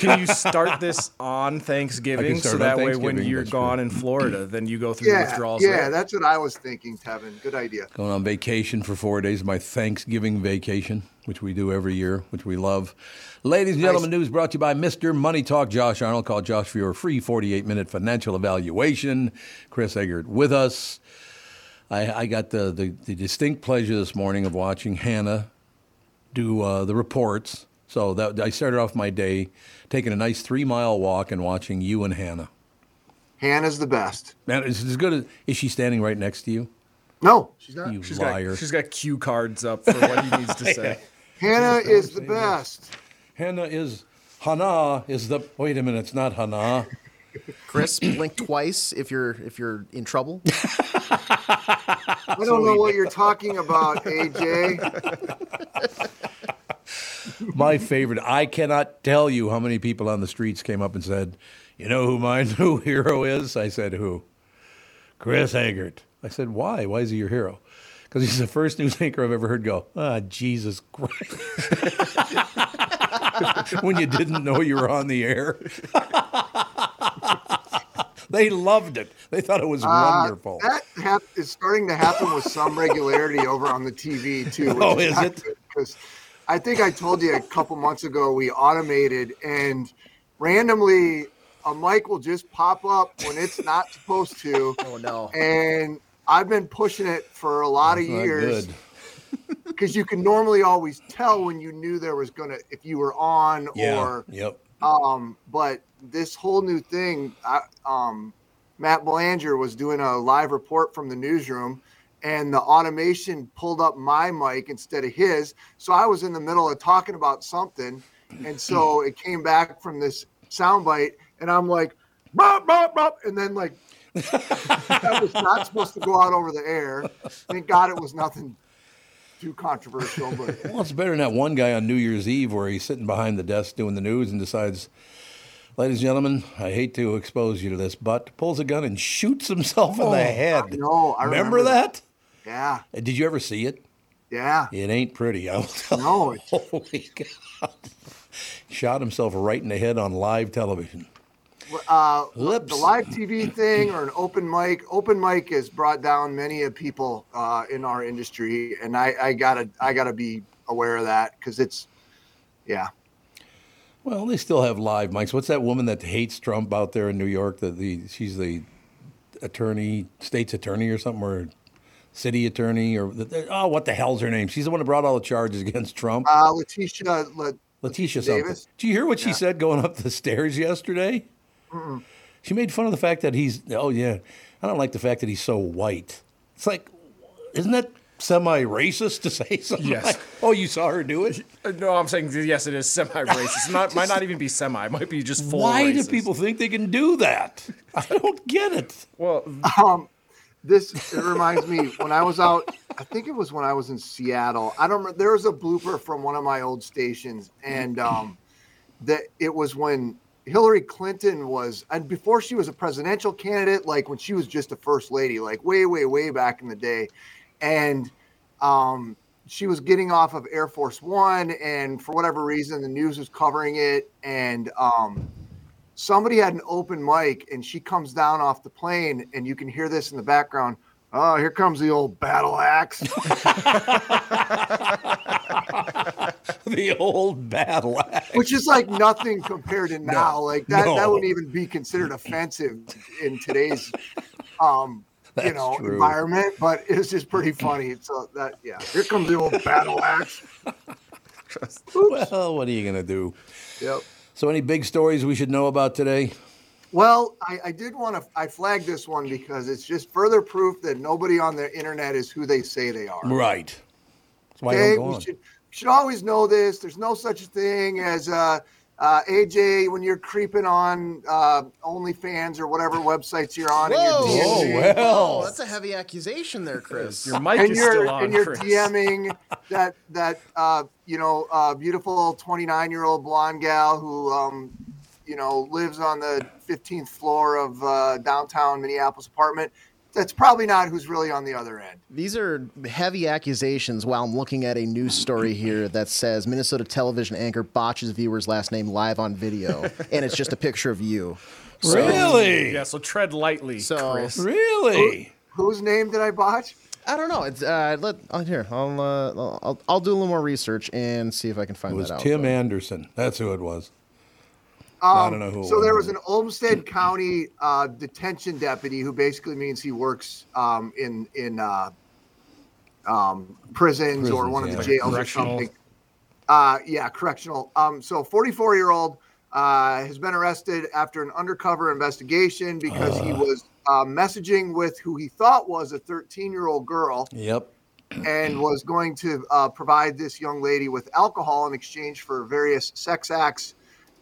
Can you start this on Thanksgiving start so on that way when Thanksgiving, you're that's true. gone in Florida, then you go through the yeah, withdrawals? yeah, there? that's what I was thinking, Tevin. Good idea. Going on vacation for four days, my Thanksgiving vacation, which we do every year, which we love. Ladies and gentlemen, news brought to you by Mr. Money Talk. Josh Arnold, call Josh for your free 48 minute financial evaluation. Chris Eggert with us. I, I got the, the, the distinct pleasure this morning of watching Hannah do uh, the reports. So that, I started off my day taking a nice three mile walk and watching you and Hannah. Hannah's the best. Now, is it as good as is she standing right next to you? No, she's not. You She's liar. got, she's got cue cards up for what he needs to say. Hannah is the best. Hannah is Hana is the wait a minute, it's not Hana. Chris, blink twice if you're if you're in trouble. I don't know what you're talking about, AJ. My favorite. I cannot tell you how many people on the streets came up and said, "You know who my new hero is?" I said, "Who?" Chris Eggert. I said, "Why? Why is he your hero?" Because he's the first news anchor I've ever heard go, "Ah, Jesus Christ." when you didn't know you were on the air. they loved it. They thought it was wonderful. Ah, That hap- is starting to happen with some regularity over on the TV too. Oh, is it? Because I think I told you a couple months ago we automated and randomly a mic will just pop up when it's not supposed to. Oh no. And I've been pushing it for a lot of Not years good. because you can normally always tell when you knew there was gonna if you were on Yeah. or yep. um, but this whole new thing, I, um, Matt Belanger was doing a live report from the newsroom, and the automation pulled up my mic instead of his. So I was in the middle of talking about something, and so it came back from this soundbite, and I'm like, bop, bop, bop, and then like. that was not supposed to go out over the air. Thank God it was nothing too controversial, but Well, it's better than that one guy on New Year's Eve where he's sitting behind the desk doing the news and decides, ladies and gentlemen, I hate to expose you to this, but pulls a gun and shoots himself in Oh, the I head. know, I remember, remember that? that. yeah, Did you ever see it? yeah. It ain't pretty. I will tell No, you. Holy God. Shot himself right in the head on live television. Uh, Lips. the live TV thing or an open mic. Open mic has brought down many of people uh, in our industry, and I, I gotta I gotta be aware of that because it's yeah. Well, they still have live mics. What's that woman that hates Trump out there in New York? That the she's the attorney, state's attorney or something, or city attorney, or the, oh, what the hell's her name? She's the one that brought all the charges against Trump. Uh, Letitia, Le- Letitia something. Davis. Did you hear what she said going up the stairs yesterday? Mm-mm. She made fun of the fact that he's oh yeah, I don't like the fact that he's so white. It's like, isn't that semi-racist to say something? Yes. like- oh, you saw her do it. Uh, No, I'm saying yes, it is semi-racist. Not might not even be semi. It might be just full. Why do racist. people think they can do that? I don't get it. Well, um, this it reminds me when I was out. I think it was when I was in Seattle. I don't remember. There was a blooper from one of my old stations, and um, that it was when Hillary Clinton was, and before she was a presidential candidate, like when she was just a first lady, like way, way, way back in the day, and um, she was getting off of Air Force One, and for whatever reason, the news was covering it, and um, somebody had an open mic and she comes down off the plane and you can hear this in the background oh here comes the old battle axe the old battle axe. which is like nothing compared to now like that that no. wouldn't even be considered offensive in today's um you That's know true. environment but it's just pretty funny so that yeah here comes the old battle axe Well, what are you gonna do? yep So, any big stories we should know about today? Well, I, I did want to. I flagged this one because it's just further proof that nobody on the internet is who they say they are. Right. That's why I Okay, don't go we on. should should always know this. There's no such thing as uh, uh, AJ when you're creeping on uh, OnlyFans or whatever websites you're on. and you're Whoa. DMing, Oh, well. Whoa, that's a heavy accusation there, Chris. your mic and is you're still on. and you're Chris. DMing that that uh, you know uh, beautiful 29 year old blonde gal who um, you know lives on the 15th floor of uh, downtown Minneapolis apartment. That's probably not who's really on the other end. These are heavy accusations while I'm looking at a news story here that says Minnesota television anchor botches viewer's last name live on video. and it's just a picture of you. So- Really? Yeah, so tread lightly, So- Chris. Really? Whose name did I botch? I don't know. It's, uh, let, oh, here, I'll, uh, I'll, I'll- I'll do a little more research and see if I can It find was that out. Tim Anderson. That's who it was. Um, I don't know who it So there was. was an Olmsted County uh, detention deputy who basically means he works um, in in uh, um, prisons, or Prisons, one of yeah. the jails or Correctional. something. Uh, yeah, correctional. Um, so 44 year old uh, has been arrested after an undercover investigation because he was uh, messaging with who he thought was a 13 year old girl Yep. and was going to uh, provide this young lady with alcohol in exchange for various sex acts.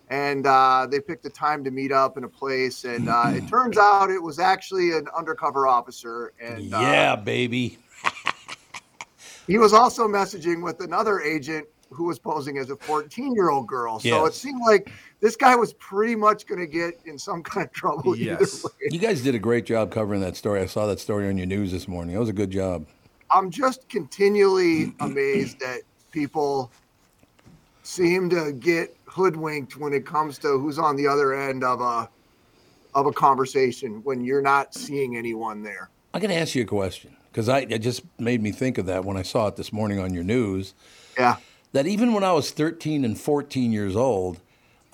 And uh, they picked a time to meet up in a place. And uh, Mm-hmm. it turns out it was actually an undercover officer. And uh, yeah, baby. he was also messaging with another agent who was posing as a 14 year old girl. So Yes. it seemed like this guy was pretty much going to get in some kind of trouble. Yes. Either way. You guys did a great job covering that story. I saw that story on your news this morning. That was a good job. I'm just continually amazed that people seem to get hoodwinked when it comes to who's on the other end of a of a conversation when you're not seeing anyone there. I'm going to ask you a question because I it just made me think of that when I saw it this morning on your news. Yeah. That even when I was 13 and 14 years old,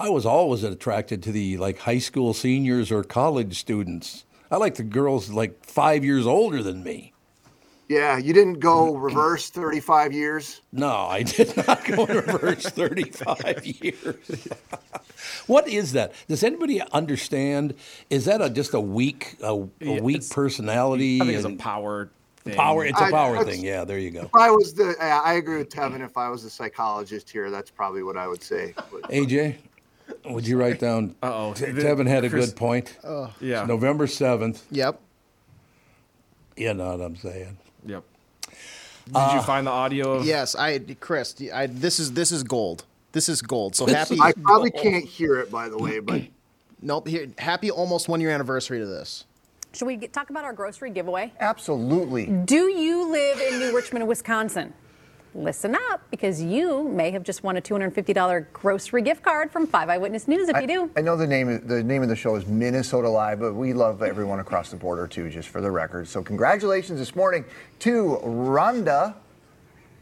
I was always attracted to the like high school seniors or college students. I like the girls like five years older than me. Yeah, you didn't go reverse 35 years. No, I did not go in reverse 35 years. what is that? Does anybody understand? Is that a, just a weak, a, a weak it's- personality? I think it's a and power. Thing. power. It's a I- power I- thing. Yeah, there you go. If I was the yeah, I agree with Tevin if I was the psychologist here, that's probably what I would say. But AJ, would you write down? Uh-oh. Te- The- Tevin had a Chris- good point. Oh. Yeah. November 7th. Yep. You know what I'm saying. Yep. Did Uh, you find the audio of? Yes, I Chris, I this is this is gold. This is gold. So happy. I probably can't hear it, by the way, but Nope. Here, happy almost one year anniversary to this. Should we get, talk about our grocery giveaway? Absolutely. Do you live in New Richmond, Wisconsin? Listen up, because you may have just won a $250 grocery gift card from Five Eyewitness News if I, you do. I know the name. The name of the show is Minnesota Live, but we love everyone across the border too. Just for the record, so congratulations this morning to Rhonda.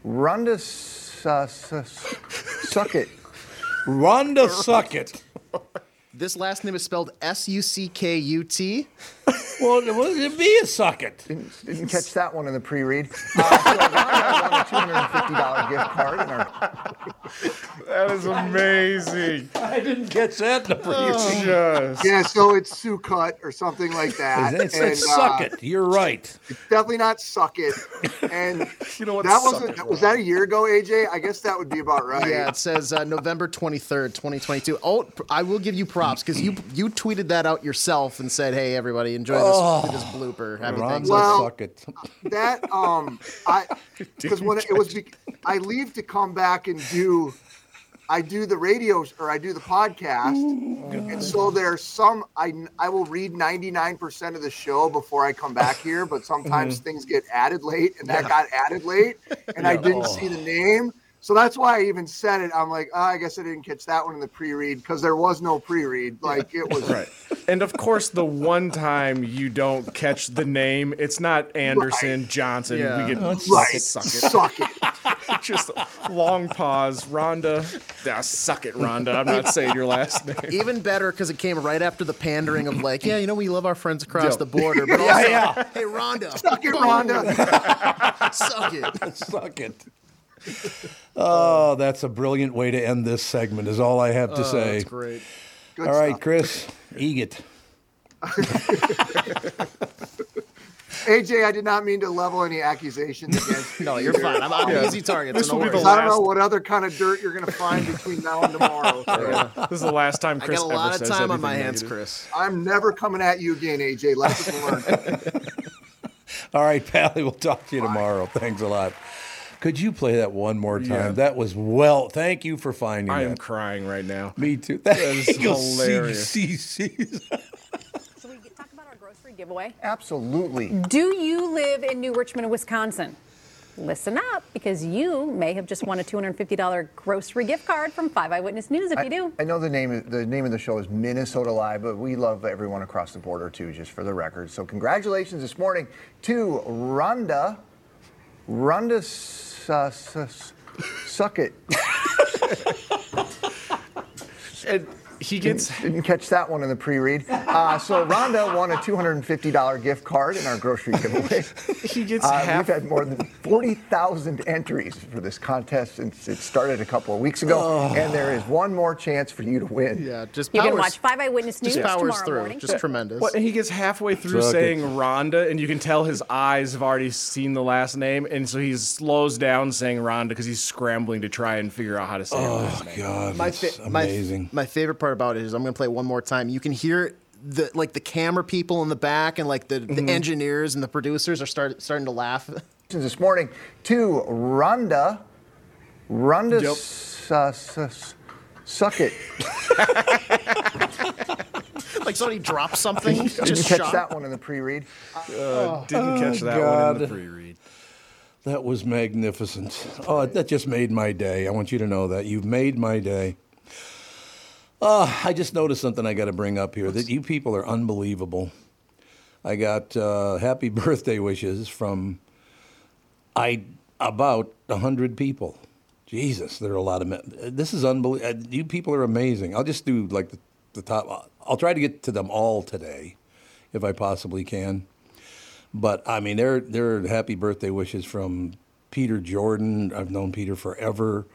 Rhonda, S- uh, S- S- suck it. Rhonda Suckett. This last name is spelled S U C K U T. Well, it was it be a sucket. Didn't, didn't catch that one in the pre-read. Uh, so Rhonda won a $250 gift card in our That is amazing. I didn't catch that in Oh, the previous. Yes. yeah, so it's Sukkot or something like that. It's, and, it's uh, suck it. You're right. definitely not suck it. And You know what? that Suck wasn't it. was that a year ago, AJ? I guess that would be about right. Yeah, it says uh, November 23rd, 2022. Oh, pr- I will give you props because you you tweeted that out yourself and said, "Hey, everybody, enjoy this, this blooper." Happy Rhonda Thanksgiving. Well- suck it. That um I because when it was be- I leave to come back and do I do the radios or I do the podcast. And so there's some I I will read 99% of the show before I come back here, but sometimes things get added late and that got added late and I didn't see the name. So that's why I even said it. I'm like, oh, I guess I didn't catch that one in the pre-read because there was no pre-read. Like it was Right. And of course, the one time you don't catch the name, it's not Anderson Johnson. Yeah. We get right. suck it, Suck it. just a long pause. Rhonda, ah, suck it, Rhonda. I'm not saying your last name. Even better because it came right after the pandering of like, yeah, you know, we love our friends across Yeah. the border, but also, yeah. hey, Rhonda, Suck it, Rhonda. suck it. suck it. Oh, that's a brilliant way to end this segment. Is all I have to say. That's great. Good all right, stuff. Chris, Egit. AJ, I did not mean to level any accusations against you. No, Oh, you're fine. I'm, I'm an Yeah. easy target. This so no will be the worries. I don't know Last- what other kind of dirt you're going to find between now and tomorrow. so This is the last time I Chris got a lot ever of says time on my anything hands, negative. Chris. I'm never coming at you again, AJ. Lesson learned. All right, Pally, we'll talk to you tomorrow. Thanks a lot. Could you play that one more time? Yeah. That was well. Thank you for finding I that. am crying right now. Me too. That is hilarious. See, see, see. Should we get, talk about our grocery giveaway? Absolutely. Do you live in New Richmond, Wisconsin? Listen up, because you may have just won a $250 grocery gift card from Five Eyewitness News if you do. I know the name. The name of the show is Minnesota Live, but we love everyone across the border too. Just for the record, so congratulations this morning to Rhonda. Rhonda, S- uh, S- S- suck it. And he gets Didn't catch that one in the pre-read. Uh, so Rhonda won a $250 gift card in our grocery giveaway. he gets Uh, half. We've had more than 40,000 entries for this contest since it started a couple of weeks ago, and there is one more chance for you to win. Oh. Yeah, just You powers, can watch Five Eyewitness News just powers tomorrow through. morning. Just tremendous. Well, and he gets halfway through Suck it. saying Rhonda, and you can tell his eyes have already seen the last name, and so he slows down saying Rhonda because he's scrambling to try and figure out how to say her last name. God, my that's fa- my- amazing. My, favorite part about it is I'm gonna play it one more time. You can hear the like the camera people in the back and like the, the engineers and the producers are start, starting to laugh. This morning to Rhonda. Rhonda, Yep. s- uh, s- s- suck it. like somebody drops something. Didn't just catch shot. that one in the pre-read. Didn't catch that one in the Oh, God. pre-read. That was magnificent. Oh, that just made my day. I want you to know that. You've made my day. Uh, I just noticed something I got to bring up here that you people are unbelievable. I got uh, happy birthday wishes from I about 100 people. Jesus, there are a lot of men. This is unbelievable. You people are amazing. I'll just do like the, the top. I'll try to get to them all today if I possibly can. But I mean, they're, they're happy birthday wishes from Peter Jordan. I've known Peter forever.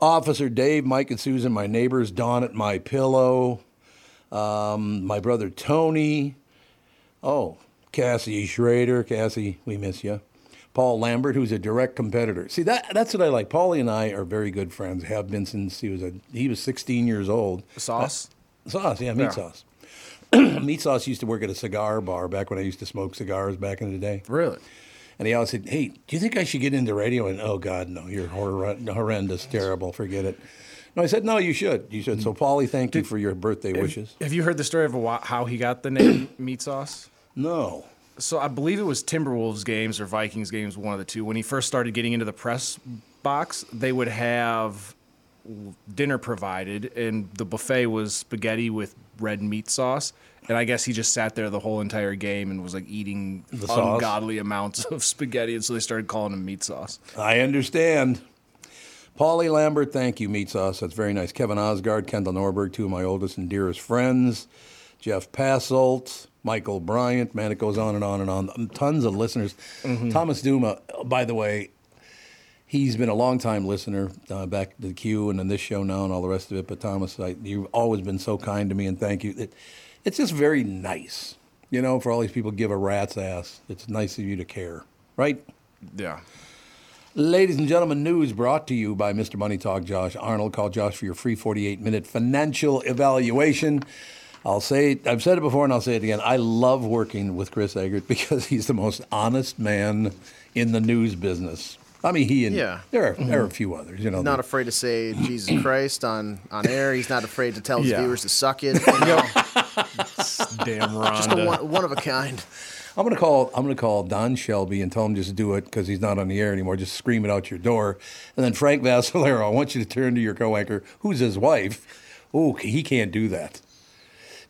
Officer Dave, Mike and Susan, my neighbors, Don at my pillow, um, my brother Tony. Oh, Cassie Schrader. Cassie, we miss you. Paul Lambert, who's a direct competitor. See, that, that's what I like. Paulie and I are very good friends, have been since he was, a, he was 16 years old. Sauce. Sauce, yeah, meat Yeah. sauce. meat sauce used to work at a cigar bar back when I used to smoke cigars back in the day. Really? And they all said, "Hey, do you think I should get into radio?" And oh God, no, you're hor- horrendous, terrible, forget it. No, I said, "No, you should, you should." So, Paulie, thank you for your birthday wishes. Have you heard the story of wha- how he got the name Meat Sauce? No. So I believe it was Timberwolves games or Vikings games, one of the two. When he first started getting into the press box, they would have dinner provided, and the buffet was spaghetti with red meat sauce. And I guess he just sat there the whole entire game and was like eating The sauce? ungodly amounts of spaghetti, and so they started calling him meat sauce. I understand. Paulie Lambert, thank you, Meat Sauce. That's very nice. Kevin Osgard, Kendall Norberg, two of my oldest and dearest friends. Jeff Passolt, Michael Bryant. Man, it goes on and on and on. Um, Tons of listeners. Thomas Duma, uh, by the way, he's been a longtime listener uh, back to the queue and on this show now and all the rest of it. But Thomas, I, you've always been so kind to me and thank you. It, it's just very nice, you know, for all these people to give a rat's ass. It's nice of you to care, right? Yeah. Ladies and gentlemen, news brought to you by Mr. Money Talk, Josh Arnold. Call Josh for your free 48 minute financial evaluation. I'll say it, I've said it before and I'll say it again. I love working with Chris Eggert because he's the most honest man in the news business. I mean, he and Yeah. Mm-hmm. there, are, there are a few others, you know. not afraid to say Jesus Christ on, on air. He's not afraid to tell his Yeah. viewers to suck it. You know, Damn just a one, one of a kind. I'm gonna call. I'm gonna call Don Shelby and tell him just do it because he's not on the air anymore. Just scream it out your door. And then Frank Vassalero, I want you to turn to your co-anchor, who's his wife. Oh, he can't do that.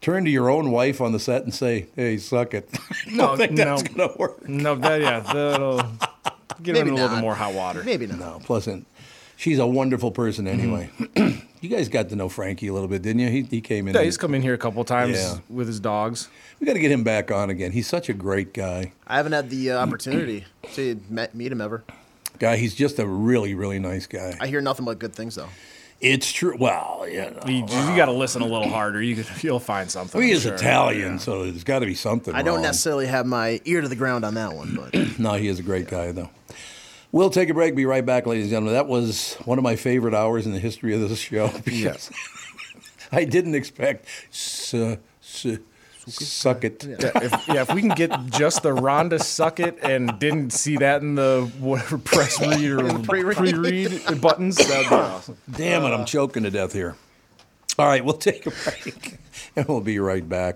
Turn to your own wife on the set and say, "Hey, suck it." I don't think that's gonna work. No, that yeah, that'll get him in a little bit more hot water. No, plus, and she's a wonderful person anyway. you guys got to know Frankie a little bit, didn't you? He, he came in. Mm-hmm. Yeah, and- he's come in here a couple times Yeah. with his dogs. We got to get him back on again. He's such a great guy. I haven't had the uh, opportunity to met, meet him ever. Guy, he's just a really, really nice guy. I hear nothing but good things though. It's true. Well, you know. You, got to listen a little harder. You could- you'll find something. Well, he I'm is sure. Italian, so there's got to be something. I don't wrong. necessarily have my ear to the ground on that one, but no, he is a great guy, though. We'll take a break. Be right back, ladies and gentlemen. That was one of my favorite hours in the history of this show. Yes. I didn't expect. Su- su- suck it. Yeah if, yeah, if we can get just the Rhonda suck it and didn't see that in the whatever press read or pre-read. pre-read buttons, that'd be awesome. Damn it, I'm choking to death here. All right, we'll take a break and we'll be right back.